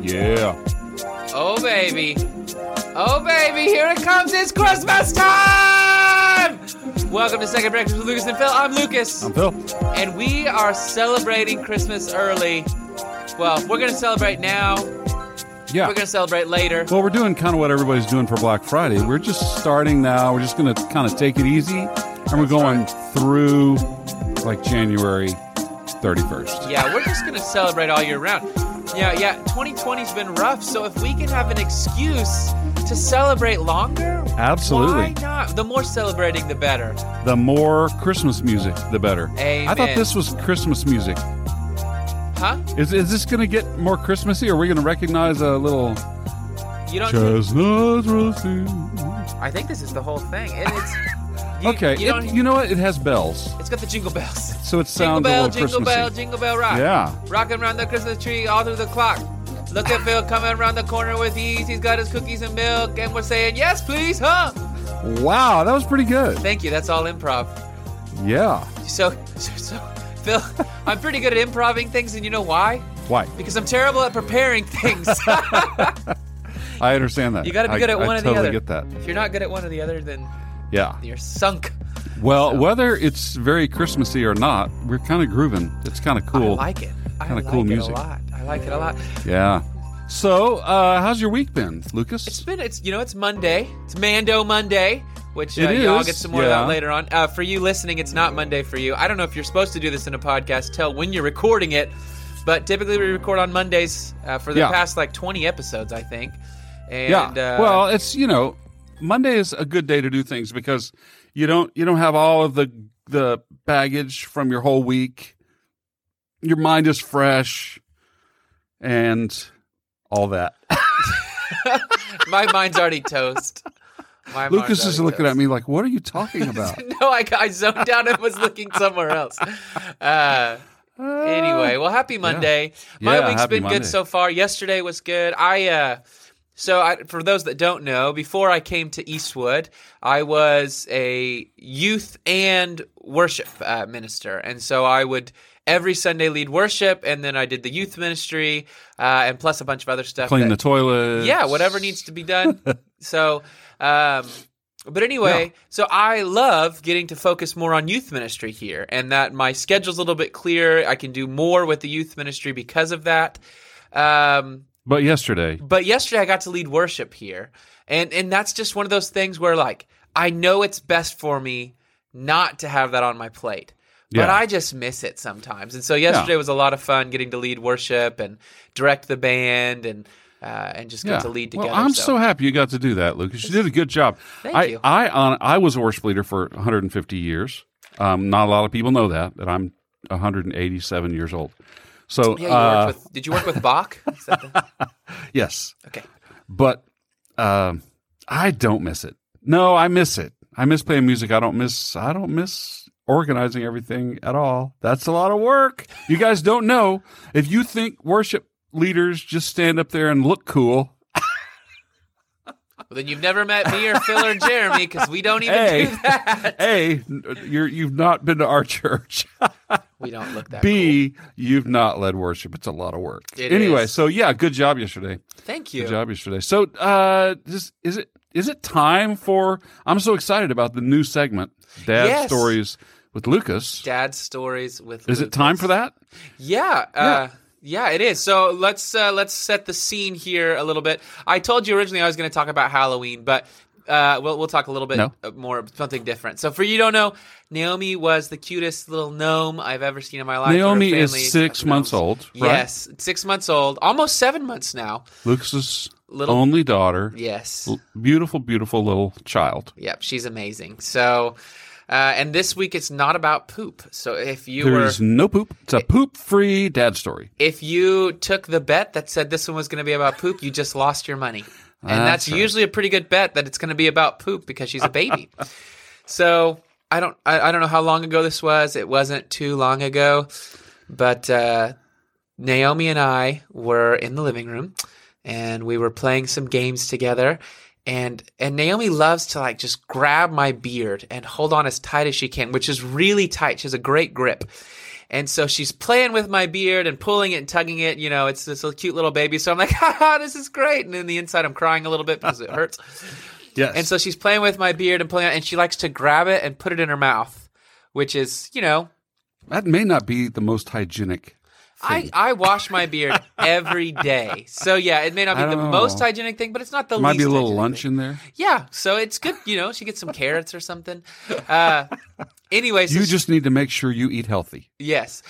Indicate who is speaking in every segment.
Speaker 1: Yeah.
Speaker 2: Oh, baby. Oh, baby. Here it comes. It's Christmas time. Welcome to Second Breakfast with Lucas and Phil. I'm Lucas.
Speaker 1: I'm Phil.
Speaker 2: and we are celebrating Christmas early. Well, we're going to celebrate now.
Speaker 1: Yeah.
Speaker 2: We're going to celebrate later.
Speaker 1: well, we're doing kind of what everybody's doing for Black Friday. We're just starting now. We're just going to kind of take it easy, and we're going through like January 31st.
Speaker 2: Yeah, we're just going to celebrate all year round. Yeah, yeah. 2020's been rough, so if we can have an excuse to celebrate longer, why
Speaker 1: Absolutely.
Speaker 2: not? The more celebrating, the better.
Speaker 1: The more Christmas music, the better. I thought
Speaker 2: Amen.
Speaker 1: this was Christmas music.
Speaker 2: Huh?
Speaker 1: Is, is this going to get more Christmassy? Or are we going to recognize a little
Speaker 2: You don't.
Speaker 1: chestnuts roasting?
Speaker 2: I think this is the whole thing, and it's. you-
Speaker 1: Okay,
Speaker 2: You don't,
Speaker 1: it, you know what? It has bells,
Speaker 2: it's got the jingle bells.
Speaker 1: so it
Speaker 2: Jingle
Speaker 1: sounds a
Speaker 2: bell,
Speaker 1: little
Speaker 2: jingle
Speaker 1: Christmassy.
Speaker 2: bell, jingle bell rock.
Speaker 1: Yeah.
Speaker 2: Rocking around the Christmas tree all through the clock. Look at Phil coming around the corner with ease. He's got his cookies and milk, and we're saying, yes, please, huh?
Speaker 1: Wow, that was pretty good.
Speaker 2: Thank you. That's all improv.
Speaker 1: Yeah.
Speaker 2: So, so, so Phil, I'm pretty good at improving things, and you know why?
Speaker 1: Why?
Speaker 2: Because I'm terrible at preparing things.
Speaker 1: I understand that.
Speaker 2: You gotta be
Speaker 1: I-
Speaker 2: good at
Speaker 1: I
Speaker 2: one or the
Speaker 1: totally
Speaker 2: other.
Speaker 1: get that.
Speaker 2: if you're not good at one or the other, then
Speaker 1: Yeah.
Speaker 2: you're sunk.
Speaker 1: Well, whether it's very Christmassy or not, we're kind of grooving. It's kind of cool.
Speaker 2: I like it. I
Speaker 1: Kinda
Speaker 2: like
Speaker 1: cool
Speaker 2: it
Speaker 1: music.
Speaker 2: a lot. I like it a lot.
Speaker 1: Yeah. So, uh, how's your week been,
Speaker 2: It's
Speaker 1: Lucas?
Speaker 2: been it's you know it's Monday. It's Mando Monday, which uh,
Speaker 1: It
Speaker 2: y'all
Speaker 1: is,
Speaker 2: get some more
Speaker 1: yeah.
Speaker 2: of that later on. Uh, for you listening, it's not Monday for you. I don't know if you're supposed to do this in a podcast. Tell when you're recording it, but typically we record on Mondays uh, for the
Speaker 1: Yeah.
Speaker 2: past like 20 episodes, I think. And,
Speaker 1: yeah.
Speaker 2: Uh,
Speaker 1: well, it's you know, Monday is a good day to do things because you don't you don't have all of the the baggage from your whole week. Your mind is fresh, and all that.
Speaker 2: my mind's already toast. My mind's
Speaker 1: Lucas is
Speaker 2: already
Speaker 1: looking at
Speaker 2: toast.
Speaker 1: me like, "What are you talking about?"
Speaker 2: No, I, I zoned out and was looking somewhere else. Uh, anyway, well, happy Monday. My
Speaker 1: Yeah,
Speaker 2: week's
Speaker 1: happy
Speaker 2: been
Speaker 1: Monday.
Speaker 2: good so far. Yesterday was good. I uh, so I, for those that don't know, before I came to Eastwood, I was a youth and worship uh, minister, and so I would every Sunday lead worship, and then I did the youth ministry, uh, and plus a bunch of other stuff.
Speaker 1: clean
Speaker 2: that-
Speaker 1: the toilet.
Speaker 2: yeah, whatever needs to be done. so, um, but anyway, so I love getting to focus more on youth ministry here, and that my schedule's a little bit clearer. I can do more with the youth ministry because of that. Um,
Speaker 1: But yesterday,
Speaker 2: but yesterday I got to lead worship here, and and that's just one of those things where like I know it's best for me not to have that on my plate. But
Speaker 1: Yeah.
Speaker 2: I just miss it sometimes, and so yesterday was a lot of fun getting to lead worship and direct the band and uh, and just get to lead together.
Speaker 1: Well, I'm so. happy you got to do that, Lucas. You did a good job.
Speaker 2: Thank
Speaker 1: I,
Speaker 2: you.
Speaker 1: I, on, I was a worship leader for 150 years. Um, not a lot of people know that, that I'm 187 years old. So,
Speaker 2: yeah, you
Speaker 1: uh,
Speaker 2: worked with, did you work with Bach? Is that the-
Speaker 1: yes,
Speaker 2: okay,
Speaker 1: but um, I don't miss it. No, I miss it. I miss playing music. I don't miss. I don't miss organizing everything at all. That's a lot of work. You guys don't know if you think worship leaders just stand up there and look cool.
Speaker 2: well, then you've never met me or Phil or Jeremy because we don't even
Speaker 1: Hey.
Speaker 2: do that.
Speaker 1: A, you're you've not been to our church.
Speaker 2: We don't look that.
Speaker 1: B, you've not led worship. It's a lot of work.
Speaker 2: It
Speaker 1: anyway,
Speaker 2: is.
Speaker 1: so yeah, good job yesterday.
Speaker 2: cool. Thank
Speaker 1: Good
Speaker 2: you.
Speaker 1: job yesterday. So, uh, this, is it is it time for? I'm so excited about the new segment, Dad
Speaker 2: Yes.
Speaker 1: Stories with Lucas.
Speaker 2: Dad stories with.
Speaker 1: is it time for that?
Speaker 2: Yeah, uh, yeah, it is. So let's uh, let's set the scene here a little bit. I told you originally I was going to talk about Halloween, but uh, we'll we'll talk a little bit
Speaker 1: No.
Speaker 2: uh, more something different. So for you don't know, Naomi was the cutest little gnome I've ever seen in my life.
Speaker 1: Naomi
Speaker 2: Her
Speaker 1: is
Speaker 2: family
Speaker 1: six
Speaker 2: of
Speaker 1: months
Speaker 2: gnomes.
Speaker 1: old. Right?
Speaker 2: Yes, six months old, almost seven months now.
Speaker 1: Lucas's
Speaker 2: Little-
Speaker 1: only daughter.
Speaker 2: Yes.
Speaker 1: L- Beautiful, beautiful little child.
Speaker 2: Yep, she's amazing. So, uh, and this week it's not about poop. So if you
Speaker 1: There
Speaker 2: were,
Speaker 1: is no poop. It's a poop-free dad story.
Speaker 2: if you took the bet that said this one was going to be about poop, you just lost your money. And
Speaker 1: That's
Speaker 2: that's,
Speaker 1: right.
Speaker 2: usually a pretty good bet that it's going to be about poop because she's a baby. so I don't, I, I don't know how long ago this was. It wasn't too long ago, but uh, Naomi and I were in the living room and we were playing some games together. And and Naomi loves to like just grab my beard and hold on as tight as she can, which is really tight. She has a great grip. And so she's playing with my beard and pulling it and tugging it. You know, it's this little cute little baby. So I'm like, ha ha, this is great. And in the inside, I'm crying a little bit because it hurts.
Speaker 1: Yes.
Speaker 2: And so she's playing with my beard and pulling it, and she likes to grab it and put it in her mouth, which is, you know,
Speaker 1: that may not be the most hygienic.
Speaker 2: I, I wash my beard every day. So yeah, it may not be
Speaker 1: I
Speaker 2: the
Speaker 1: don't
Speaker 2: most
Speaker 1: know.
Speaker 2: hygienic thing, but it's not the
Speaker 1: Might
Speaker 2: least
Speaker 1: be a little
Speaker 2: hygienic
Speaker 1: lunch
Speaker 2: thing.
Speaker 1: in there.
Speaker 2: Yeah, so it's good, you know, she gets some carrots or something. Uh anyway, so
Speaker 1: You
Speaker 2: she-
Speaker 1: just need to make sure you eat healthy.
Speaker 2: Yes.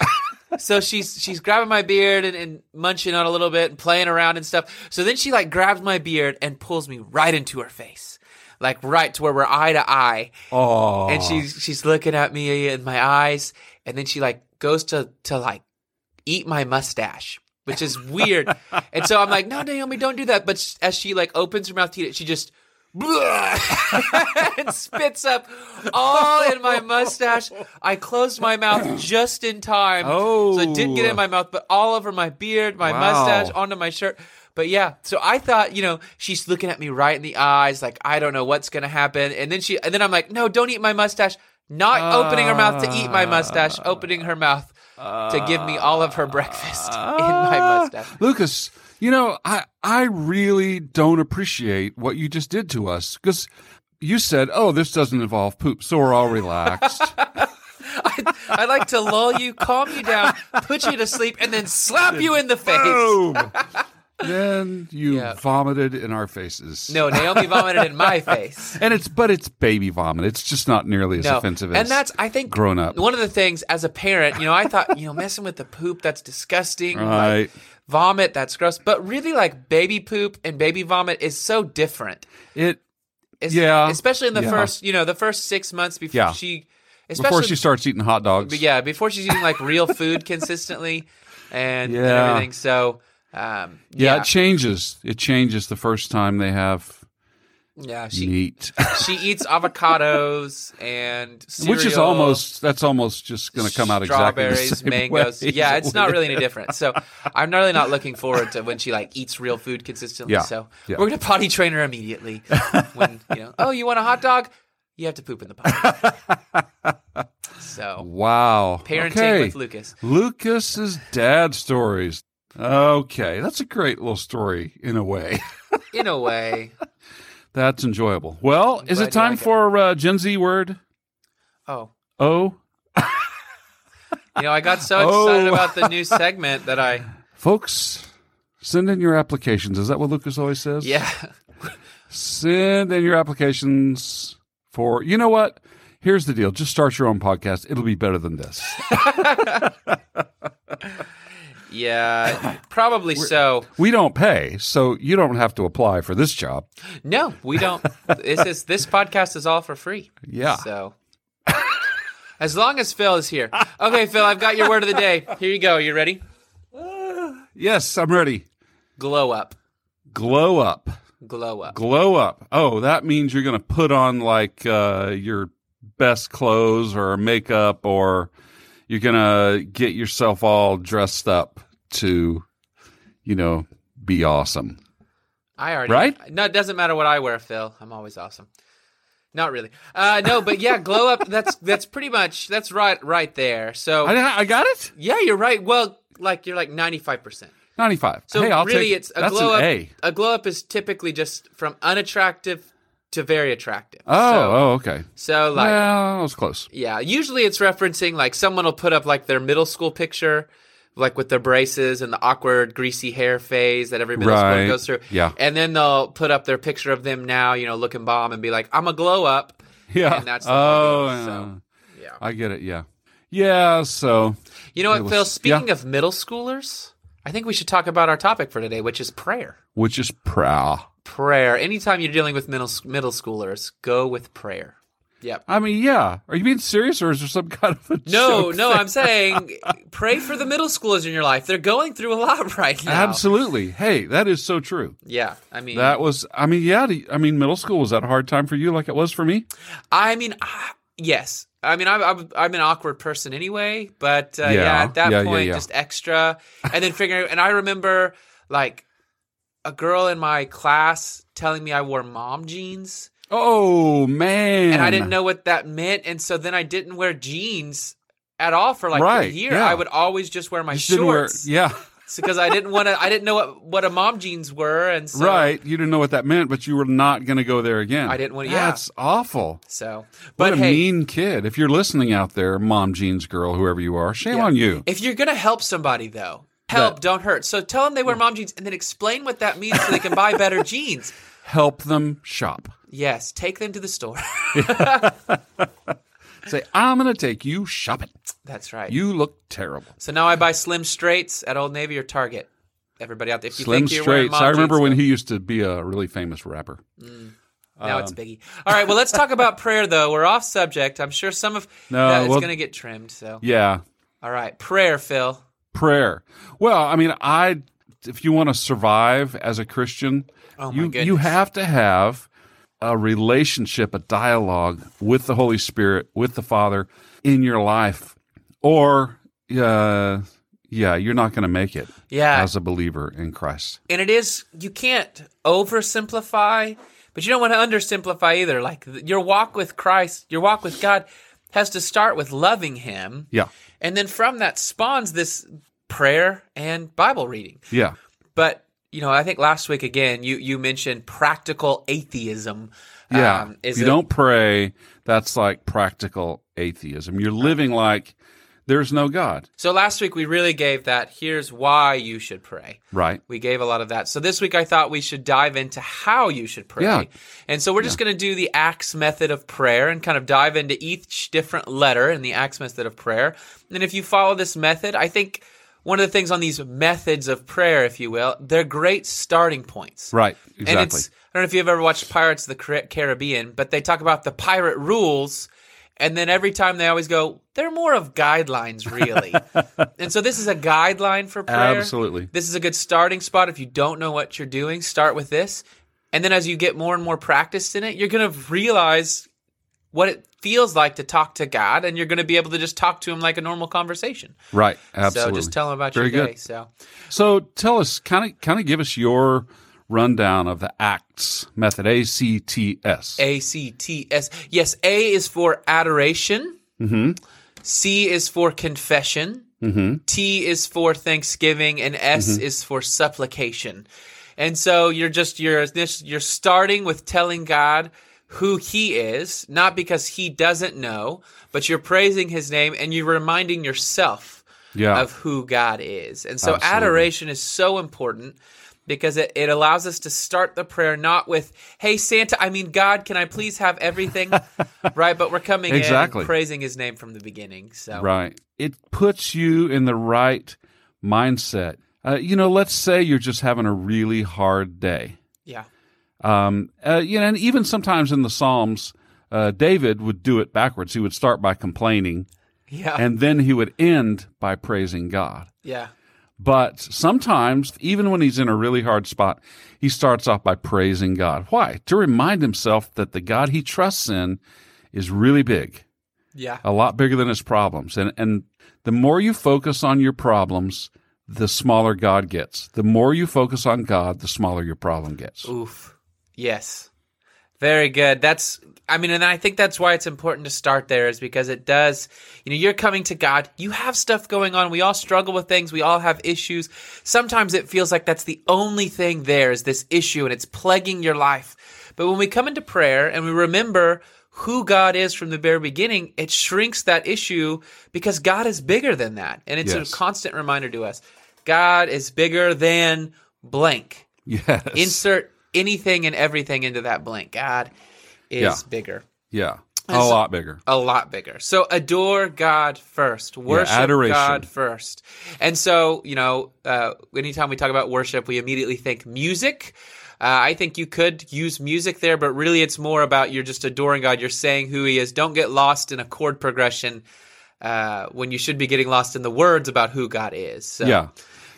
Speaker 2: so she's she's grabbing my beard and, and munching on a little bit and playing around and stuff. So then she like grabs my beard and pulls me right into her face. Like right to where we're eye to eye.
Speaker 1: Oh,
Speaker 2: And she's she's looking at me in my eyes and then she like goes to to like eat my mustache. Which is weird, and so I'm like, "No, Naomi, don't do that." But sh- as she like opens her mouth to eat it, she just and spits up all in my mustache. I closed my mouth just in time.
Speaker 1: Oh.
Speaker 2: So it didn't get in my mouth, but all over my beard, my
Speaker 1: Wow.
Speaker 2: mustache, onto my shirt. But yeah, so I thought, you know, she's looking at me right in the eyes, like, I don't know what's going to happen. And then she, and then I'm like, no, don't eat my mustache. Not opening her mouth to eat my mustache, opening her mouth to give me all of her breakfast in my mustache.
Speaker 1: Lucas, you know, I I really don't appreciate what you just did to us because you said, "Oh, this doesn't involve poop," so we're all relaxed.
Speaker 2: I, I like to lull you, calm you down, put you to sleep, and then slap you in the face.
Speaker 1: Boom. then you
Speaker 2: Yeah.
Speaker 1: vomited in our faces.
Speaker 2: No, Naomi vomited in my face.
Speaker 1: and it's but it's baby vomit. It's just not nearly as
Speaker 2: No,
Speaker 1: offensive as
Speaker 2: and that's I think
Speaker 1: grown up.
Speaker 2: One of the things as a parent, you know, I thought you know messing with the poop that's disgusting.
Speaker 1: right.
Speaker 2: Like, vomit that's gross, but really like baby poop and baby vomit is so different.
Speaker 1: It
Speaker 2: Es-
Speaker 1: Yeah.
Speaker 2: especially in the
Speaker 1: Yeah.
Speaker 2: first you know the first six months before
Speaker 1: Yeah.
Speaker 2: she, especially
Speaker 1: before she starts eating hot dogs.
Speaker 2: But yeah, before she's eating like real food consistently and, and
Speaker 1: Yeah.
Speaker 2: everything. So um,
Speaker 1: Yeah,
Speaker 2: yeah,
Speaker 1: it changes. It changes the first time they have
Speaker 2: yeah, she
Speaker 1: meat,
Speaker 2: she eats avocados and cereal,
Speaker 1: which is almost that's almost just going to come out exactly the
Speaker 2: strawberries,
Speaker 1: same
Speaker 2: mangoes.
Speaker 1: way.
Speaker 2: Yeah, it's not really any different. So I'm not really not looking forward to when she like eats real food consistently.
Speaker 1: Yeah,
Speaker 2: So
Speaker 1: yeah.
Speaker 2: we're gonna potty train her immediately. when you know, oh, you want a hot dog? You have to poop in the potty. so
Speaker 1: Wow.
Speaker 2: parenting
Speaker 1: okay.
Speaker 2: with Lucas.
Speaker 1: Lucas's dad stories. Okay, that's a great little story in a way.
Speaker 2: In a way.
Speaker 1: That's enjoyable. Well, is it
Speaker 2: glad you
Speaker 1: time
Speaker 2: like it.
Speaker 1: for uh, Gen Z word?
Speaker 2: Oh.
Speaker 1: Oh,
Speaker 2: You know, I got so
Speaker 1: Oh.
Speaker 2: excited about the new segment that I
Speaker 1: folks, send in your applications. Is that what Lucas always says?
Speaker 2: yeah.
Speaker 1: Send in your applications for. You know what? Here's the deal. Just start your own podcast. It'll be better than this.
Speaker 2: Yeah, probably so.
Speaker 1: we don't pay, so you don't have to apply for this job.
Speaker 2: No, we don't. this is this podcast is all for free.
Speaker 1: Yeah.
Speaker 2: So as long as Phil is here. Okay, Phil, I've got your word of the day. Here you go. You ready?
Speaker 1: Yes, I'm ready.
Speaker 2: Glow up.
Speaker 1: Glow up.
Speaker 2: Glow up.
Speaker 1: glow up. Oh, that means you're going to put on like uh, your best clothes or makeup, or you're going to get yourself all dressed up to, you know, be awesome.
Speaker 2: I already
Speaker 1: Right?
Speaker 2: No, it doesn't matter what I wear, Phil. I'm always awesome. Not really. Uh no, but yeah, glow up that's that's pretty much that's right right there. So
Speaker 1: I, I got it.
Speaker 2: yeah, you're right. Well, like you're like 95%.
Speaker 1: Ninety-five.
Speaker 2: So
Speaker 1: hey, I'll
Speaker 2: really,
Speaker 1: take,
Speaker 2: it's a
Speaker 1: that's
Speaker 2: glow
Speaker 1: an
Speaker 2: up.
Speaker 1: A.
Speaker 2: glow up is typically just from unattractive to very attractive.
Speaker 1: Oh,
Speaker 2: so,
Speaker 1: oh, okay.
Speaker 2: so like
Speaker 1: well, I was close.
Speaker 2: yeah, usually it's referencing like someone will put up like their middle school picture, like with their braces and the awkward greasy hair phase that every middle
Speaker 1: Right.
Speaker 2: schooler goes through.
Speaker 1: Yeah.
Speaker 2: and then they'll put up their picture of them now, you know, looking bomb, and be like, "I'm a glow up."
Speaker 1: Yeah.
Speaker 2: And that's the
Speaker 1: oh,
Speaker 2: logo, so,
Speaker 1: yeah.
Speaker 2: yeah.
Speaker 1: I get it. Yeah. Yeah. So
Speaker 2: You know what,
Speaker 1: It
Speaker 2: Phil?
Speaker 1: was-
Speaker 2: Speaking of middle schoolers, I think we should talk about our topic for today, which is prayer.
Speaker 1: which is prow.
Speaker 2: prayer. Anytime you're dealing with middle middle schoolers, go with prayer. Yep.
Speaker 1: I mean, yeah. Are you being serious, or is there some kind of a
Speaker 2: No,
Speaker 1: joke
Speaker 2: no, I'm saying pray for the middle schoolers in your life. They're going through a lot right now.
Speaker 1: Absolutely. Hey, that is so true.
Speaker 2: Yeah. I mean,
Speaker 1: That was, I mean, yeah, the- I mean, middle school was that a hard time for you like it was for me?
Speaker 2: I mean, I- yes. I mean, I'm, I'm, I'm an awkward person anyway, but uh, yeah.
Speaker 1: Yeah.
Speaker 2: at that
Speaker 1: Yeah, yeah,
Speaker 2: point,
Speaker 1: yeah.
Speaker 2: just extra. And then figuring, and I remember like a girl in my class telling me I wore mom jeans.
Speaker 1: Oh, man.
Speaker 2: and I didn't know what that meant, and so then I didn't wear jeans at all for like
Speaker 1: Right,
Speaker 2: a year.
Speaker 1: yeah.
Speaker 2: I would always just wear my
Speaker 1: You didn't wear-
Speaker 2: shorts
Speaker 1: yeah,
Speaker 2: because I didn't want to. I didn't know what, what a mom jeans were, and so,
Speaker 1: right. You didn't know what that meant, but you were not going to go there again.
Speaker 2: I didn't wanna- yeah.
Speaker 1: That's awful.
Speaker 2: So,
Speaker 1: What
Speaker 2: but
Speaker 1: a
Speaker 2: hey,
Speaker 1: mean kid. If you're listening out there, mom, jeans, girl, whoever you are, shame
Speaker 2: Yeah.
Speaker 1: on you.
Speaker 2: if you're gonna help somebody though, help,
Speaker 1: That-
Speaker 2: don't hurt. So tell them they wear mom jeans, and then explain what that means so they can buy better jeans.
Speaker 1: Help them shop.
Speaker 2: Yes, take them to the store.
Speaker 1: Say, I'm going to take you shopping.
Speaker 2: That's right.
Speaker 1: You look terrible.
Speaker 2: so now I buy Slim Straights at Old Navy or Target. Everybody out there, if you
Speaker 1: Slim
Speaker 2: think you're wearing
Speaker 1: Straits.
Speaker 2: mom
Speaker 1: I remember
Speaker 2: jeans,
Speaker 1: when he used to be a really famous rapper.
Speaker 2: Now
Speaker 1: um,
Speaker 2: it's Biggie. All right, well, let's talk about prayer, though. We're off subject. I'm sure some of
Speaker 1: No,
Speaker 2: that is
Speaker 1: well-
Speaker 2: going to get trimmed. So,
Speaker 1: Yeah,
Speaker 2: all right, prayer, Phil.
Speaker 1: prayer. Well, I mean, I if you want to survive as a Christian,
Speaker 2: Oh, my
Speaker 1: you
Speaker 2: goodness.
Speaker 1: you have to have a relationship, a dialogue with the Holy Spirit, with the Father in your life, or uh, yeah, you're not going to make it
Speaker 2: Yeah,
Speaker 1: as a believer in Christ.
Speaker 2: and it is you can't oversimplify, but you don't want to undersimplify either. Like th- your walk with Christ, your walk with God, has to start with loving Him,
Speaker 1: Yeah,
Speaker 2: and then from that spawns this prayer and Bible reading.
Speaker 1: yeah,
Speaker 2: But you know, I think last week again, you you mentioned practical atheism.
Speaker 1: yeah.
Speaker 2: um, is
Speaker 1: you
Speaker 2: a-
Speaker 1: don't pray. That's like practical atheism. You're living like there's no God,
Speaker 2: So last week we really gave that here's why you should pray.
Speaker 1: right?
Speaker 2: We gave a lot of that. So this week I thought we should dive into how you should pray.
Speaker 1: Yeah.
Speaker 2: And so we're just going to do the Acts method of prayer and kind of dive into each different letter in the Acts method of prayer. And if you follow this method, I think one of the things on these methods of prayer, if you will, they're great starting points.
Speaker 1: Right, exactly.
Speaker 2: And it's I don't know if you've ever watched Pirates of the Car- Caribbean, but they talk about the pirate rules, and then every time they always go, they're more of guidelines, really. and so this is a guideline for prayer.
Speaker 1: Absolutely.
Speaker 2: This is a good starting spot. If you don't know what you're doing, start with this. And then as you get more and more practiced in it, you're going to realize what it feels like to talk to God, and you're going to be able to just talk to Him like a normal conversation.
Speaker 1: Right, absolutely.
Speaker 2: So just tell Him about
Speaker 1: Very
Speaker 2: your
Speaker 1: good.
Speaker 2: day. So.
Speaker 1: So tell us, kind of, kind of give us your rundown of the ACTS method. A C T S.
Speaker 2: A C T S. Yes, A is for adoration.
Speaker 1: Mm-hmm.
Speaker 2: C is for confession.
Speaker 1: Mm-hmm.
Speaker 2: T is for thanksgiving, and S is for supplication. And so you're just you're this you're starting with telling God who He is, not because He doesn't know, but you're praising His name and you're reminding yourself
Speaker 1: Yeah.
Speaker 2: of who God is. And so
Speaker 1: Absolutely.
Speaker 2: adoration is so important because it, it allows us to start the prayer not with, hey, Santa, I mean, God, can I please have everything? right? But we're coming in
Speaker 1: Exactly.
Speaker 2: and praising his name from the beginning. So,
Speaker 1: Right. It puts you in the right mindset. Uh, you know, let's say you're just having a really hard day.
Speaker 2: yeah.
Speaker 1: Um, uh, you know, and even sometimes in the Psalms, uh, David would do it backwards. He would start by complaining,
Speaker 2: Yeah.
Speaker 1: and then he would end by praising God.
Speaker 2: yeah.
Speaker 1: But sometimes, even when he's in a really hard spot, he starts off by praising God. Why? To remind himself that the God he trusts in is really big,
Speaker 2: Yeah.
Speaker 1: a lot bigger than his problems. And, and the more you focus on your problems, the smaller God gets. The more you focus on God, the smaller your problem gets.
Speaker 2: Oof. Yes. Very good. That's I mean, and I think that's why it's important to start there is because it does, you know, you're coming to God. You have stuff going on. We all struggle with things. We all have issues. Sometimes it feels like that's the only thing there is this issue and it's plaguing your life. But when we come into prayer and we remember who God is from the very beginning, it shrinks that issue because God is bigger than that. And it's
Speaker 1: Yes.
Speaker 2: a constant reminder to us. God is bigger than blank
Speaker 1: Yes.
Speaker 2: insert anything and everything into that blank. God is
Speaker 1: Yeah.
Speaker 2: bigger,
Speaker 1: yeah. A
Speaker 2: It's-
Speaker 1: lot bigger.
Speaker 2: a lot bigger. So adore God first, worship
Speaker 1: adoration.
Speaker 2: God first. And so, you know, uh, anytime we talk about worship, we immediately think music. Uh, I think you could use music there, but really it's more about you're just adoring God. You're saying who He is. Don't get lost in a chord progression uh, when you should be getting lost in the words about who God is. So,
Speaker 1: Yeah.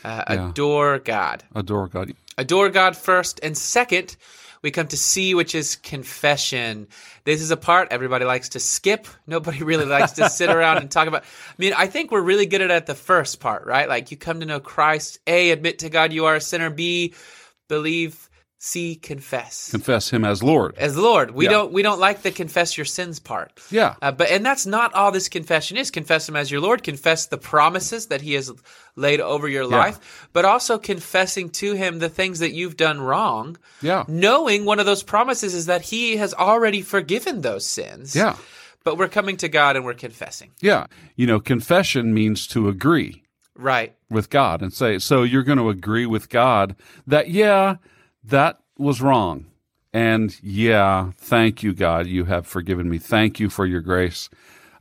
Speaker 2: uh,
Speaker 1: yeah.
Speaker 2: adore God
Speaker 1: Adore God.
Speaker 2: adore God first, and second, we come to C, which is confession. This is a part everybody likes to skip. Nobody really likes to sit around and talk about. I mean, I think we're really good at, at the first part, right? Like you come to know Christ. A, admit to God you are a sinner. B, believe. C confess.
Speaker 1: Confess him as Lord.
Speaker 2: as Lord, we
Speaker 1: Yeah.
Speaker 2: don't we don't like the confess your sins part.
Speaker 1: Yeah.
Speaker 2: Uh, but and that's not all this confession is. Confess him as your Lord. Confess the promises that he has laid over your life, but also confessing to him the things that you've done wrong.
Speaker 1: Yeah.
Speaker 2: Knowing one of those promises is that he has already forgiven those sins.
Speaker 1: Yeah.
Speaker 2: But we're coming to God and we're confessing.
Speaker 1: Yeah. You know, confession means to agree.
Speaker 2: Right.
Speaker 1: with God and say, so you're going to agree with God that, yeah, that was wrong. And yeah, thank you, God. You have forgiven me. Thank you for your grace.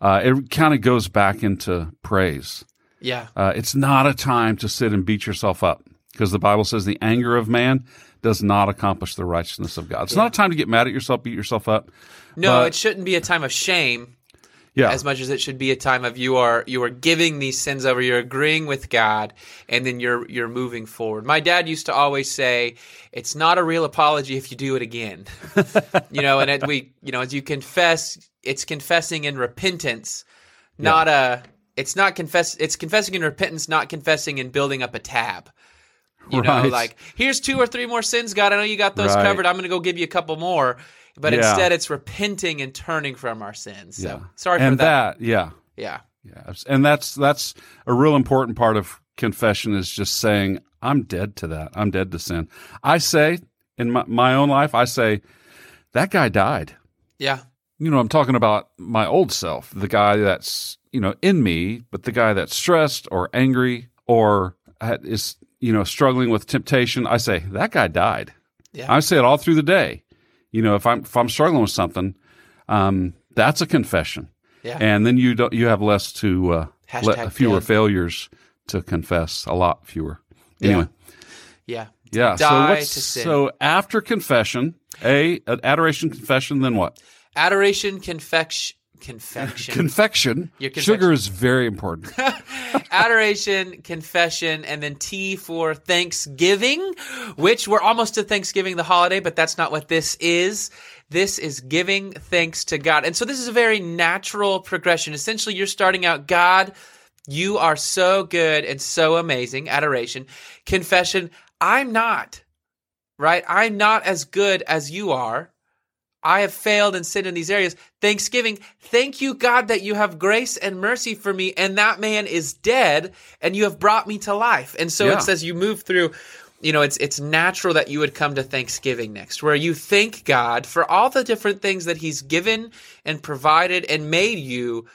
Speaker 1: Uh, it kind of goes back into praise.
Speaker 2: Yeah.
Speaker 1: Uh, it's not a time to sit and beat yourself up because the Bible says the anger of man does not accomplish the righteousness of God. It's not a time to get mad at yourself, beat yourself up.
Speaker 2: No,
Speaker 1: But-
Speaker 2: it shouldn't be a time of shame
Speaker 1: Yeah.
Speaker 2: as much as it should be a time of you are you are giving these sins over you're agreeing with god and then you're you're moving forward my dad used to always say it's not a real apology if you do it again you know and it, we you know as you confess it's confessing in repentance not a it's not confess it's confessing in repentance not confessing and building up a tab you know
Speaker 1: Right.
Speaker 2: like here's two or three more sins god i know you got those
Speaker 1: Right.
Speaker 2: covered i'm gonna go give you a couple more but
Speaker 1: Yeah.
Speaker 2: instead it's repenting and turning from our sins so
Speaker 1: yeah.
Speaker 2: sorry
Speaker 1: and
Speaker 2: for that
Speaker 1: Yeah.
Speaker 2: yeah.
Speaker 1: Yeah, and that's that's a real important part of confession is just saying I'm dead to that. I'm dead to sin. I say in my, my own life, I say that guy died.
Speaker 2: Yeah.
Speaker 1: You know, I'm talking about my old self, the guy that's you know in me, but the guy that's stressed or angry or ha- is you know struggling with temptation. I say that guy died.
Speaker 2: Yeah.
Speaker 1: I say it all through the day. You know, if I'm if I'm struggling with something, um, that's a confession
Speaker 2: Yeah.
Speaker 1: and then you don't you have less to uh,
Speaker 2: Hashtag
Speaker 1: le- fewer
Speaker 2: failed.
Speaker 1: failures to confess a lot fewer anyway
Speaker 2: yeah.
Speaker 1: yeah, so
Speaker 2: Die
Speaker 1: what's
Speaker 2: to sin.
Speaker 1: so after confession a an adoration confession then what
Speaker 2: Adoration, confection, confection,
Speaker 1: confection
Speaker 2: Your confection.
Speaker 1: sugar is very important
Speaker 2: adoration, confession, and then T for Thanksgiving, which we're almost to Thanksgiving, the holiday, but that's not what this is. This is giving thanks to God. And so this is a very natural progression. Essentially, you're starting out, God, you are so good and so amazing. Adoration, confession, I'm not, right? I'm not as good as you are. I have failed and sinned in these areas. Thanksgiving, thank you, God, that you have grace and mercy for me, and that man is dead, and you have brought me to life. And so
Speaker 1: Yeah.
Speaker 2: it says you move through, you know, it's it's natural that you would come to Thanksgiving next, where you thank God for all the different things that He's given and provided and made you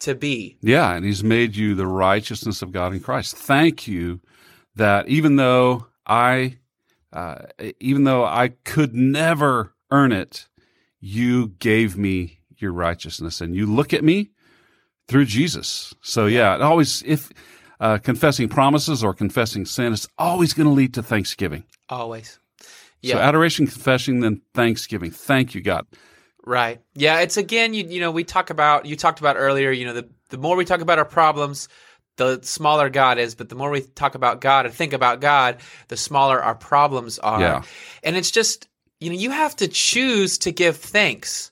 Speaker 2: to be.
Speaker 1: Yeah, and he's made you the righteousness of God in Christ. Thank you that even though I uh, even though I could never earn it, you gave me your righteousness and you look at me through Jesus. So yeah, it always if uh, confessing promises or confessing sin is always going to lead to thanksgiving.
Speaker 2: Always.
Speaker 1: So adoration, confession, then thanksgiving. Thank you, God.
Speaker 2: Right. Yeah, it's again you you know, we talk about you talked about earlier, you know, the the more we talk about our problems, the smaller God is, but the more we talk about God and think about God, the smaller our problems are.
Speaker 1: Yeah.
Speaker 2: And it's just, you know, you have to choose to give thanks.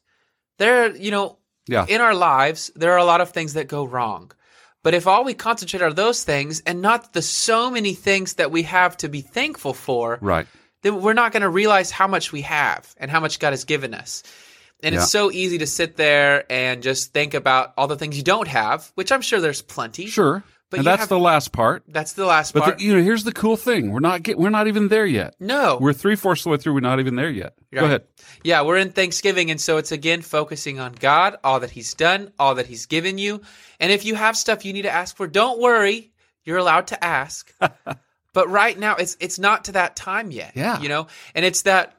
Speaker 2: There, you know,
Speaker 1: Yeah.
Speaker 2: in our lives, there are a lot of things that go wrong. But if all we concentrate are those things and not the so many things that we have to be thankful for,
Speaker 1: Right.
Speaker 2: then we're not going to realize how much we have and how much God has given us. And
Speaker 1: Yeah.
Speaker 2: it's so easy to sit there and just think about all the things you don't have, which I'm sure there's plenty.
Speaker 1: Sure.
Speaker 2: But
Speaker 1: and
Speaker 2: you
Speaker 1: that's
Speaker 2: have-
Speaker 1: the last part.
Speaker 2: That's the last
Speaker 1: But
Speaker 2: part.
Speaker 1: the, e- you know, here's the cool thing: we're not get, we're not even there yet.
Speaker 2: no.
Speaker 1: We're three fourths of the way through. We're not even there yet. Go
Speaker 2: Right.
Speaker 1: ahead.
Speaker 2: yeah, we're in Thanksgiving. And so it's again focusing on God, all that He's done, all that He's given you. And if you have stuff you need to ask for, don't worry. You're allowed to ask. but right now, it's it's not to that time yet.
Speaker 1: Yeah.
Speaker 2: You know, and it's that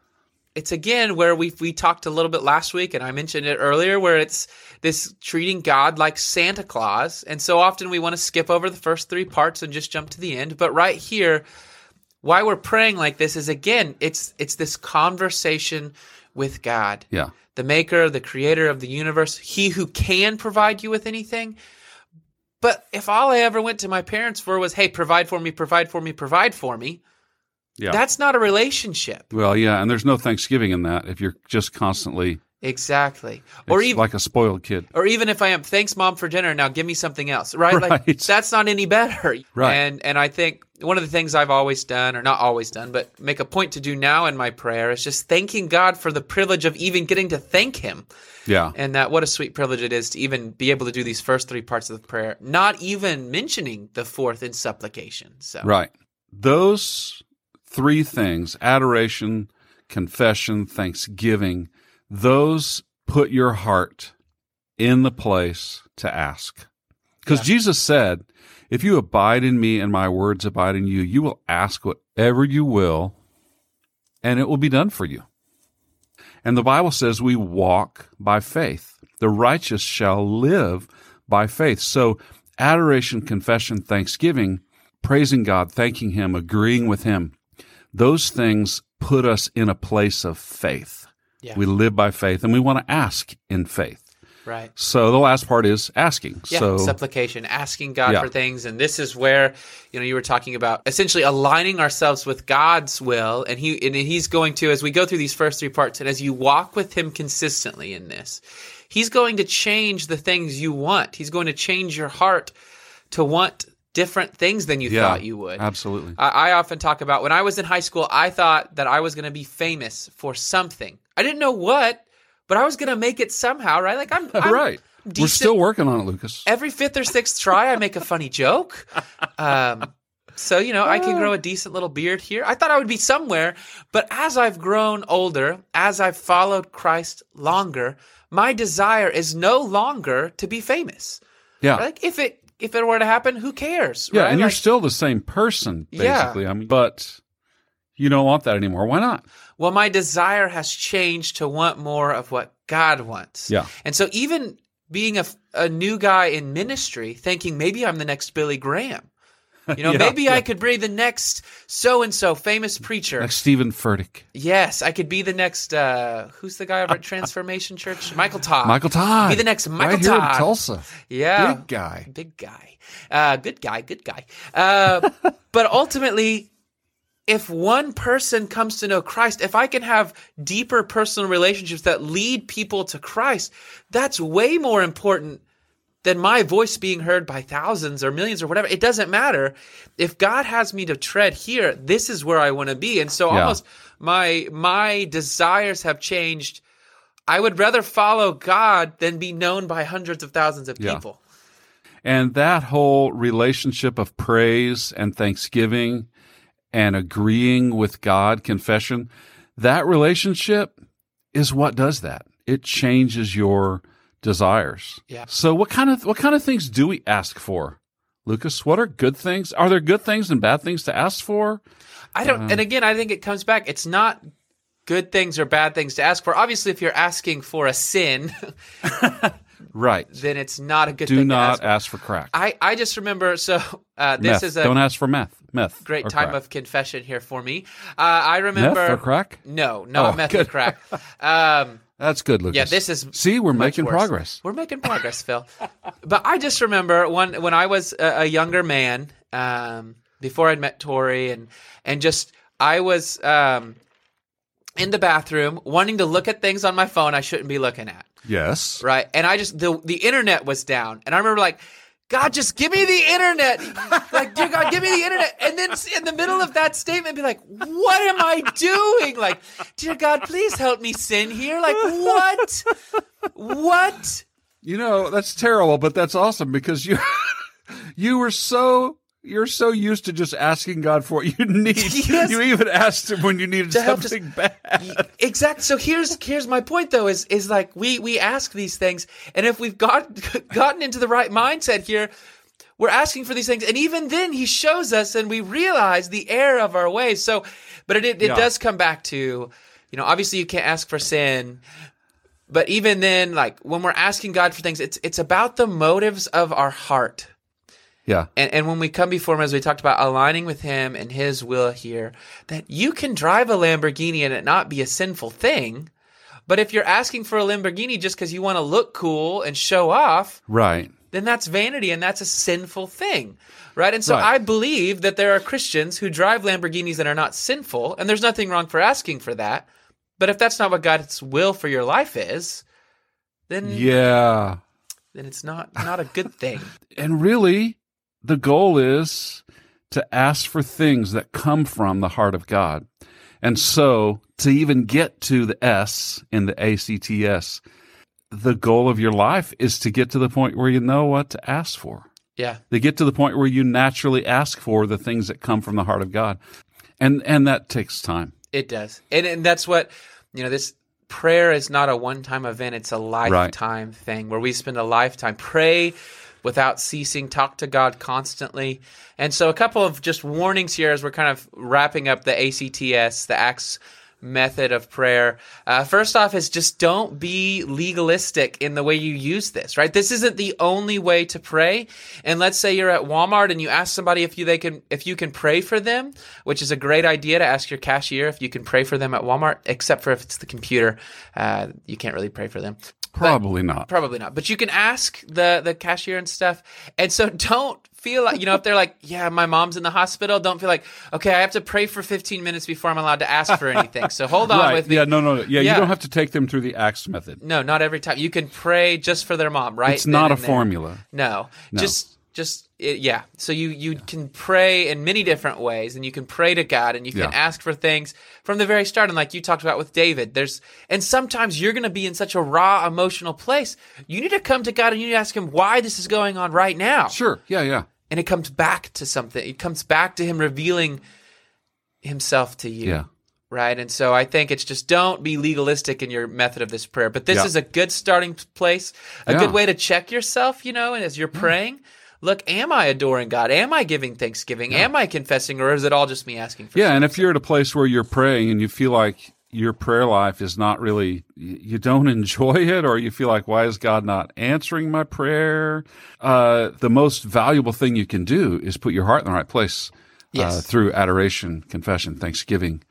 Speaker 2: it's again where we we talked a little bit last week and I mentioned it earlier where it's this treating God like Santa Claus. And so often we want to skip over the first three parts and just jump to the end, but right here why we're praying like this is again it's it's this conversation with God.
Speaker 1: Yeah.
Speaker 2: The maker, the creator of the universe, he who can provide you with anything. But if all I ever went to my parents for was, "Hey, provide for me, provide for me, provide for me."
Speaker 1: Yeah.
Speaker 2: That's not a relationship.
Speaker 1: Well, yeah, and there's no Thanksgiving in that if you're just constantly
Speaker 2: Exactly. Or
Speaker 1: It's
Speaker 2: even
Speaker 1: like a spoiled kid.
Speaker 2: or even if I am, thanks mom for dinner. Now give me something else, right? Like
Speaker 1: Right.
Speaker 2: that's not any better,
Speaker 1: Right.
Speaker 2: And and I think one of the things I've always done, or not always done, but make a point to do now in my prayer is just thanking God for the privilege of even getting to thank Him,
Speaker 1: Yeah.
Speaker 2: and that what a sweet privilege it is to even be able to do these first three parts of the prayer, not even mentioning the fourth in supplication. So
Speaker 1: Right. Those three things adoration, confession, thanksgiving those put your heart in the place to ask. Because Jesus said, If you abide in me and my words abide in you, you will ask whatever you will, and it will be done for you. And the Bible says we walk by faith. The righteous shall live by faith. So, adoration, confession, thanksgiving, praising God, thanking Him, agreeing with Him, those things put us in a place of faith.
Speaker 2: Yeah.
Speaker 1: We live by faith and we want to ask in faith.
Speaker 2: right.
Speaker 1: So, the last part is asking.
Speaker 2: Yeah,
Speaker 1: so,
Speaker 2: supplication, asking God
Speaker 1: Yeah.
Speaker 2: for things, and this is where you know you were talking about essentially aligning ourselves with God's will, and he and he's going to as we go through these first three parts, and as you walk with Him consistently in this, He's going to change the things you want. He's going to change your heart to want different things than you
Speaker 1: yeah,
Speaker 2: thought you would. Uh,
Speaker 1: Absolutely.
Speaker 2: I, I often talk about when I was in high school, I thought that I was going to be famous for something. I didn't know what, but I was going to make it somehow, right? Like I'm, I'm
Speaker 1: right. We're
Speaker 2: decent-
Speaker 1: still working on it, Lucas.
Speaker 2: every fifth or sixth try, I make a funny joke. Um, so you know, I can grow a decent little beard here. I thought I would be somewhere, but as I've grown older, as I've followed Christ longer, my desire is no longer to be famous.
Speaker 1: Yeah.
Speaker 2: Like if it if it were to happen, who cares?
Speaker 1: Yeah,
Speaker 2: right?
Speaker 1: and you're
Speaker 2: Like,
Speaker 1: still the same person,
Speaker 2: Yeah.
Speaker 1: basically. I mean, but you don't want that anymore. Why not?
Speaker 2: well, my desire has changed to want more of what God wants.
Speaker 1: Yeah.
Speaker 2: And so even being a, f- a new guy in ministry, thinking maybe I'm the next Billy Graham. You know,
Speaker 1: Yeah,
Speaker 2: maybe I could be the next so and so famous preacher.
Speaker 1: Like Stephen Furtick,
Speaker 2: Yes, I could be the next. Uh, who's the guy over at Transformation Church? Michael Todd.
Speaker 1: Michael Todd,
Speaker 2: Be the next Michael
Speaker 1: right here
Speaker 2: Todd.
Speaker 1: in Tulsa,
Speaker 2: Yeah.
Speaker 1: big guy.
Speaker 2: Big guy. Uh, good guy, good guy. Uh, but ultimately, if one person comes to know Christ, if I can have deeper personal relationships that lead people to Christ, that's way more important than my voice being heard by thousands or millions or whatever. It doesn't matter. If God has me to tread here, this is where I want to be. And so
Speaker 1: Yeah.
Speaker 2: almost my my desires have changed. I would rather follow God than be known by hundreds of thousands of
Speaker 1: Yeah.
Speaker 2: people.
Speaker 1: And that whole relationship of praise and thanksgiving and agreeing with God, confession, that relationship is what does that. It changes your desires.
Speaker 2: Yeah.
Speaker 1: So what kind of what kind of things do we ask for? Lucas, what are good things? Are there good things and bad things to ask for?
Speaker 2: I don't,
Speaker 1: Mm-hmm.
Speaker 2: and again, I think it comes back. It's not good things or bad things to ask for. Obviously, if you're asking for a sin,
Speaker 1: Right.
Speaker 2: then it's not a good
Speaker 1: Do
Speaker 2: thing to
Speaker 1: not
Speaker 2: ask.
Speaker 1: ask for crack.
Speaker 2: I, I just remember, so uh, this
Speaker 1: meth.
Speaker 2: is a
Speaker 1: don't ask for meth. Meth.
Speaker 2: great
Speaker 1: or
Speaker 2: time
Speaker 1: crack.
Speaker 2: of confession here for me. Uh, I remember.
Speaker 1: meth or crack.
Speaker 2: No, not
Speaker 1: Oh,
Speaker 2: meth
Speaker 1: good.
Speaker 2: and crack. Um,
Speaker 1: That's good, Lucas.
Speaker 2: Yeah, this is
Speaker 1: See, we're
Speaker 2: much
Speaker 1: making
Speaker 2: worse.
Speaker 1: progress.
Speaker 2: We're making progress, Phil. But I just remember when when I was a, a younger man, um, before I'd met Tori, and and just I was um, in the bathroom wanting to look at things on my phone I shouldn't be looking at,
Speaker 1: Yes.
Speaker 2: right? And I just the the internet was down, and I remember like. God, just give me the internet. Like, dear God, give me the internet. And then s- in the middle of that statement, be like, what am I doing? Like, dear God, please help me sin here. Like, what? What?
Speaker 1: You know that's terrible, but that's awesome because you you were so you're so used to just asking God for what you need.
Speaker 2: Yes.
Speaker 1: You even asked Him when you needed
Speaker 2: help us-
Speaker 1: something bad.
Speaker 2: exact so here's here's my point though is is like we we ask these things and if we've got gotten into the right mindset here we're asking for these things and even then he shows us and we realize the error of our ways so but it it, it
Speaker 1: Yeah.
Speaker 2: does come back to you know obviously you can't ask for sin but even then like when we're asking god for things it's it's about the motives of our heart
Speaker 1: Yeah.
Speaker 2: and, and when we come before him, as we talked about aligning with him and his will here, that you can drive a Lamborghini and it not be a sinful thing. But if you're asking for a Lamborghini just because you want to look cool and show off,
Speaker 1: Right.
Speaker 2: then that's vanity and that's a sinful thing. Right. And so
Speaker 1: Right.
Speaker 2: I believe that there are Christians who drive Lamborghinis that are not sinful, and there's nothing wrong for asking for that. But if that's not what God's will for your life is, then
Speaker 1: Yeah.
Speaker 2: then it's not not a good thing.
Speaker 1: And really, the goal is to ask for things that come from the heart of God. And so, to even get to the S in the ACTS, the goal of your life is to get to the point where you know what to ask for.
Speaker 2: yeah.
Speaker 1: They get to the point where you naturally ask for the things that come from the heart of God. And and that takes time.
Speaker 2: It does. And and that's what you know, this prayer is not a one time event, it's a lifetime thing where we spend a lifetime. Pray without ceasing, talk to God constantly. And so a couple of just warnings here as we're kind of wrapping up the ACTS, the Acts method of prayer. Uh, first off is just don't be legalistic in the way you use this, right? This isn't the only way to pray. And let's say you're at Walmart and you ask somebody if you they can if you can pray for them, which is a great idea to ask your cashier if you can pray for them at Walmart, except for if it's the computer, uh, you can't really pray for them.
Speaker 1: Probably not.
Speaker 2: Probably not. But you can ask the the cashier and stuff. And so don't feel like you know if they're like, yeah, my mom's in the hospital, don't feel like, okay, I have to pray for 15 minutes before I'm allowed to ask for anything. So hold on
Speaker 1: Right.
Speaker 2: with me.
Speaker 1: Yeah, no, no. no. Yeah,
Speaker 2: Yeah.
Speaker 1: you don't have to take them through the Acts method.
Speaker 2: No, not every time. You can pray just for their mom, right?
Speaker 1: It's
Speaker 2: then
Speaker 1: not a
Speaker 2: and there.
Speaker 1: formula.
Speaker 2: No. Just just it, yeah. So you you can pray in many different ways and you can pray to God and you can
Speaker 1: Yeah.
Speaker 2: ask for things from the very start and like you talked about with David. There's and sometimes you're going to be in such a raw emotional place. You need to come to God and you need to ask him why this is going on right now.
Speaker 1: Sure. Yeah, yeah.
Speaker 2: And it comes back to something. It comes back to him revealing himself to you.
Speaker 1: Yeah.
Speaker 2: Right. And so I think it's just don't be legalistic in your method of this prayer. But this
Speaker 1: Yeah.
Speaker 2: is a good starting place, a
Speaker 1: Yeah.
Speaker 2: good way to check yourself, you know, and as you're praying, look, am I adoring God? Am I giving thanksgiving? Am I confessing? Or is it all just me asking for
Speaker 1: Yeah, and if you're at a place where you're praying and you feel like your prayer life is not really y- you don't enjoy it or you feel like why is God not answering my prayer? Uh the most valuable thing you can do is put your heart in the right place uh,
Speaker 2: Yes.
Speaker 1: through adoration, confession, thanksgiving,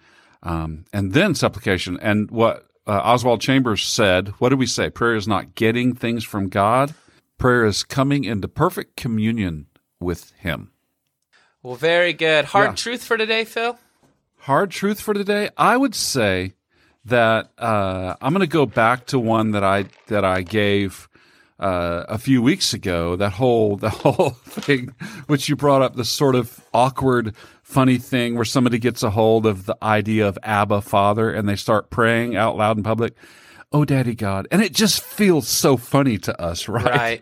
Speaker 1: um, and then supplication. And what uh, Oswald Chambers said, what did we say? Prayer is not getting things from God. Prayer is coming into perfect communion with him.
Speaker 2: Well, very good. Hard
Speaker 1: Yeah.
Speaker 2: truth for today, Phil.
Speaker 1: Hard truth for today, I would say that uh, I'm going to go back to one that I that I gave uh, a few weeks ago. That whole the whole thing which you brought up, the sort of awkward, funny thing where somebody gets a hold of the idea of Abba Father and they start praying out loud in public. Oh, Daddy God, and it just feels so funny to us,
Speaker 2: Right.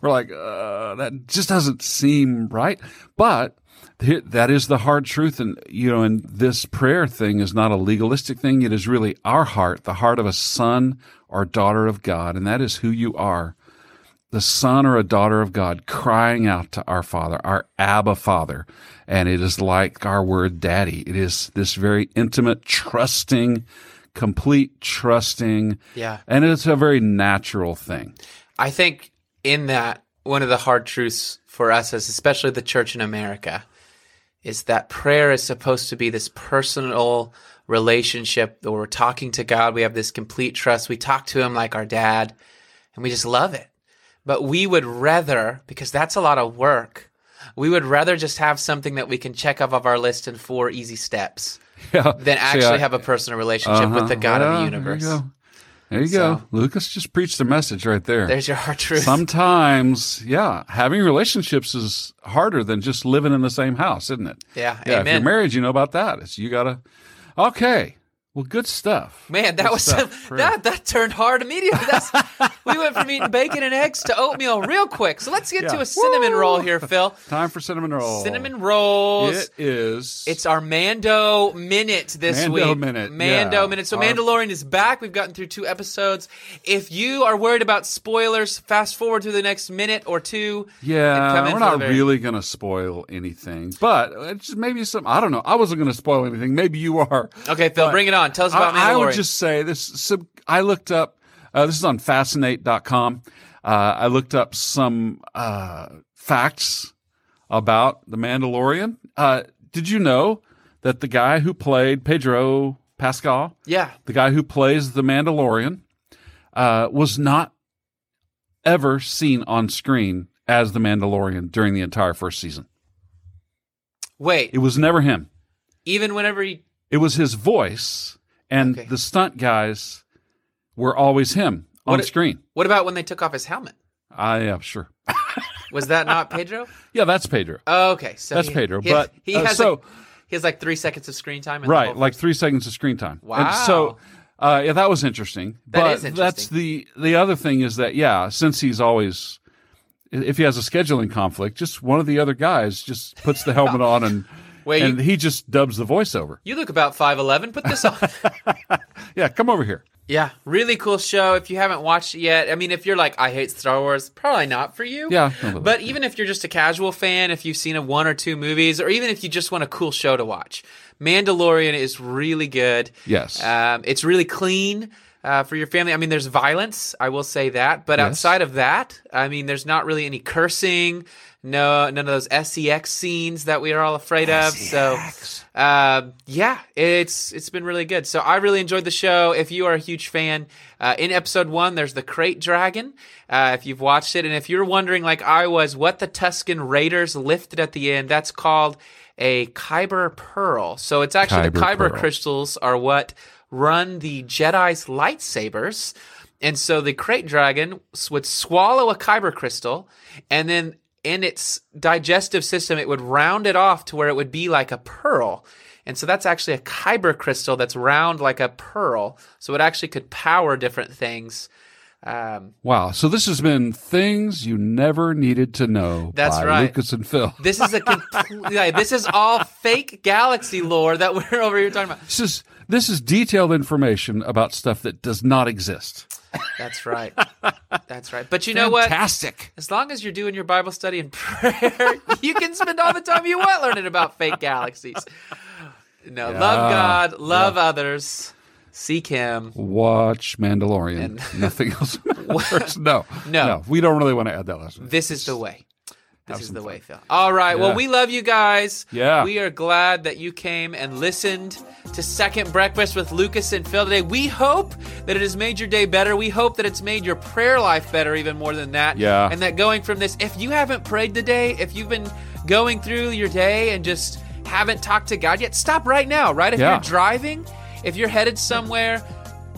Speaker 1: we're like, uh, that just doesn't seem right. But here- that is the hard truth. And, you know, and this prayer thing is not a legalistic thing. It is really our heart, the heart of a son or daughter of God. And that is who you are the son or a daughter of God crying out to our Father, our Abba Father. And it is like our word daddy. It is this very intimate, trusting, complete trusting.
Speaker 2: Yeah.
Speaker 1: And it's a very natural thing.
Speaker 2: I think in that, one of the hard truths for us, as especially the church in America, is that prayer is supposed to be this personal relationship where we're talking to God. We have this complete trust. We talk to Him like our dad, and we just love it. But we would rather, because that's a lot of work, we would rather just have something that we can check off of our list in four easy steps
Speaker 1: Yeah.
Speaker 2: than
Speaker 1: See,
Speaker 2: actually
Speaker 1: I-
Speaker 2: have a personal relationship with the God of the
Speaker 1: Yeah,
Speaker 2: universe.
Speaker 1: Uh-huh, There you go. There you go. Lucas just preached the message right there.
Speaker 2: There's your hard truth.
Speaker 1: Sometimes, yeah, having relationships is harder than just living in the same house, isn't it?
Speaker 2: yeah,
Speaker 1: Yeah, if you're
Speaker 2: amen.
Speaker 1: married, you know about that. It's you gotta. Okay, well, good stuff.
Speaker 2: Man, that was some,
Speaker 1: stuff, Fred.
Speaker 2: that that turned hard immediately. That's, we went from eating bacon and eggs to oatmeal real quick. So let's get to
Speaker 1: Yeah. Oh.
Speaker 2: a cinnamon roll here, Phil.
Speaker 1: Time for cinnamon roll.
Speaker 2: Cinnamon rolls.
Speaker 1: It is.
Speaker 2: It's our Mando minute this
Speaker 1: Mando
Speaker 2: week.
Speaker 1: minute,
Speaker 2: Mando
Speaker 1: yeah.
Speaker 2: minute. So
Speaker 1: Our-
Speaker 2: Mandalorian is back. We've gotten through two episodes. If you are worried about spoilers, fast forward to the next minute or two. and come
Speaker 1: yeah,
Speaker 2: in
Speaker 1: we're
Speaker 2: for the
Speaker 1: not
Speaker 2: very-
Speaker 1: really going to spoil anything, but it's just maybe some. I don't know. I wasn't going to spoil anything. Maybe you are.
Speaker 2: Okay, Phil,
Speaker 1: But
Speaker 2: bring it on. Tell us about
Speaker 1: I, I
Speaker 2: Mandalorian.
Speaker 1: would just say this. Sub, I looked up. Uh, this is on fascinate.com. Uh, I looked up some uh, facts about the Mandalorian. Uh, did you know that the guy who played Pedro Pascal,
Speaker 2: yeah.
Speaker 1: the guy who plays the Mandalorian, uh, was not ever seen on screen as the Mandalorian during the entire first season? It
Speaker 2: Wait.
Speaker 1: was never him.
Speaker 2: Even whenever he
Speaker 1: It was his voice and
Speaker 2: Okay.
Speaker 1: the stunt guys were always him on
Speaker 2: What it-
Speaker 1: screen.
Speaker 2: What about when they took off his helmet?
Speaker 1: Ah, yeah, sure.
Speaker 2: Was that not Pedro?
Speaker 1: Yeah, that's Pedro.
Speaker 2: Oh, okay, so
Speaker 1: That's
Speaker 2: he-
Speaker 1: Pedro,
Speaker 2: he-
Speaker 1: but,
Speaker 2: he
Speaker 1: uh,
Speaker 2: has
Speaker 1: so-
Speaker 2: like, he has like three seconds of screen time. in the
Speaker 1: right
Speaker 2: whole-
Speaker 1: like three seconds of screen time
Speaker 2: Wow.
Speaker 1: and so uh, yeah that was interesting
Speaker 2: That
Speaker 1: but
Speaker 2: is interesting.
Speaker 1: that's the the other thing is that yeah since he's always if he has a scheduling conflict just one of the other guys just puts the helmet on and
Speaker 2: Wait,
Speaker 1: and
Speaker 2: you,
Speaker 1: he just dubs the voiceover
Speaker 2: you look about five eleven. Put this on.
Speaker 1: yeah come over here
Speaker 2: yeah, really cool show. If you haven't watched it yet, I mean, if you're like, I hate Star Wars, probably not for you.
Speaker 1: yeah no,
Speaker 2: But even if you're just a casual fan, if you've seen a one or two movies, or even if you just want a cool show to watch, Mandalorian is really good.
Speaker 1: yes
Speaker 2: Um, it's really clean uh, for your family. I mean, there's violence, I will say that, but outside of that, I mean, there's not really any cursing, no, none of those sex scenes that we are all afraid of. So, uh, yeah, it's it's been really good. So I really enjoyed the show. If you are a huge fan, uh, in episode one, there's the crate dragon. Uh, if you've watched it, and if you're wondering, like I was, what the Tuscan Raiders lifted at the end, that's called. A kyber pearl. So it's actually the
Speaker 1: Kyber
Speaker 2: kyber
Speaker 1: pearl.
Speaker 2: crystals are what run the Jedi's lightsabers. And so the crate dragon s- would swallow a kyber crystal and then in its digestive system it would round it off to where it would be like a pearl. And so that's actually a kyber crystal that's round like a pearl. So it actually could power different things. Um,
Speaker 1: wow so this has been things you never needed to know
Speaker 2: That's
Speaker 1: by
Speaker 2: right.
Speaker 1: lucas and phil
Speaker 2: this is a complete, yeah, this is all fake galaxy lore that we're over here talking about.
Speaker 1: this is this is detailed information about stuff that does not exist
Speaker 2: That's right. That's right. But you know what?
Speaker 1: fantastic
Speaker 2: As long as you're doing your Bible study and prayer, you can spend all the time you want learning about fake galaxies. No, love God, love others, seek Him.
Speaker 1: watch Mandalorian. Nothing else matters. No,
Speaker 2: No.
Speaker 1: we don't really want to add that last one.
Speaker 2: This is the way. This is the way, Phil. All right. Well,
Speaker 1: Yeah.
Speaker 2: we love you guys.
Speaker 1: Yeah.
Speaker 2: We are glad that you came and listened to Second Breakfast with Lucas and Phil today. We hope that it has made your day better. We hope that it's made your prayer life better, even more than that.
Speaker 1: Yeah.
Speaker 2: And that going from this, if you haven't prayed today, if you've been going through your day and just haven't talked to God yet, stop right now, right? If
Speaker 1: Yeah.
Speaker 2: you're driving, if you're headed somewhere,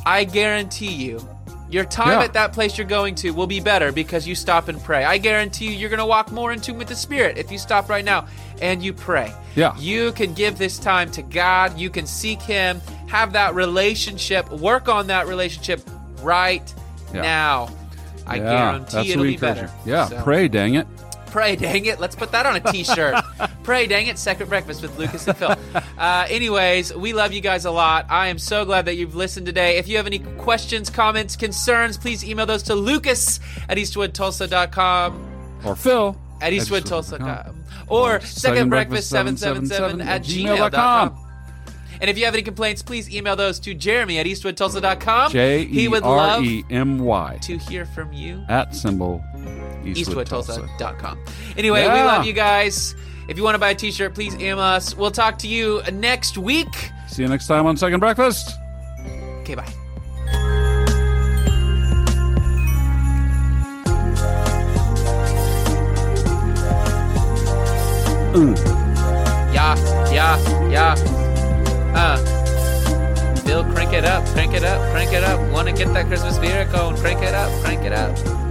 Speaker 2: I guarantee you, your time
Speaker 1: Yeah.
Speaker 2: at that place you're going to will be better because you stop and pray. I guarantee you, you're going to walk more in tune with the Spirit if you stop right now and you pray.
Speaker 1: Yeah.
Speaker 2: You can give this time to God. You can seek Him, have that relationship, work on that relationship right
Speaker 1: Yeah.
Speaker 2: now. I
Speaker 1: Yeah, that's
Speaker 2: guarantee it'll
Speaker 1: what we
Speaker 2: be
Speaker 1: encourage
Speaker 2: better.
Speaker 1: you. Yeah,
Speaker 2: So-
Speaker 1: pray, dang it.
Speaker 2: Pray, dang it. Let's put that on a t shirt. Pray, dang it. Second breakfast with Lucas and Phil. Uh, anyways, we love you guys a lot. I am so glad that you've listened today. If you have any questions, comments, concerns, please email those to lucas at eastwoodtulsa.com,
Speaker 1: Or Phil
Speaker 2: at uh, eastwoodtulsa.com, or
Speaker 1: Second Breakfast
Speaker 2: secondbreakfast777 at
Speaker 1: gmail.com.
Speaker 2: gmail.com. And if you have any complaints, please email those to jeremy at eastwoodtulsa.com.
Speaker 1: J
Speaker 2: He
Speaker 1: E
Speaker 2: would
Speaker 1: R
Speaker 2: love
Speaker 1: E M Y
Speaker 2: to hear from you.
Speaker 1: at symbol Eastwood, Tulsa.
Speaker 2: eastwoodtulsa.com. Anyway, we
Speaker 1: Yeah.
Speaker 2: love you guys. If you want to buy a t-shirt, please email us. We'll talk to you next week.
Speaker 1: See you next time on Second Breakfast.
Speaker 2: Okay, bye. Yeah, yeah, yeah. Uh, Bill, crank it up, crank it up, crank it up. Want to get that Christmas beer cone? Crank it up, crank it up.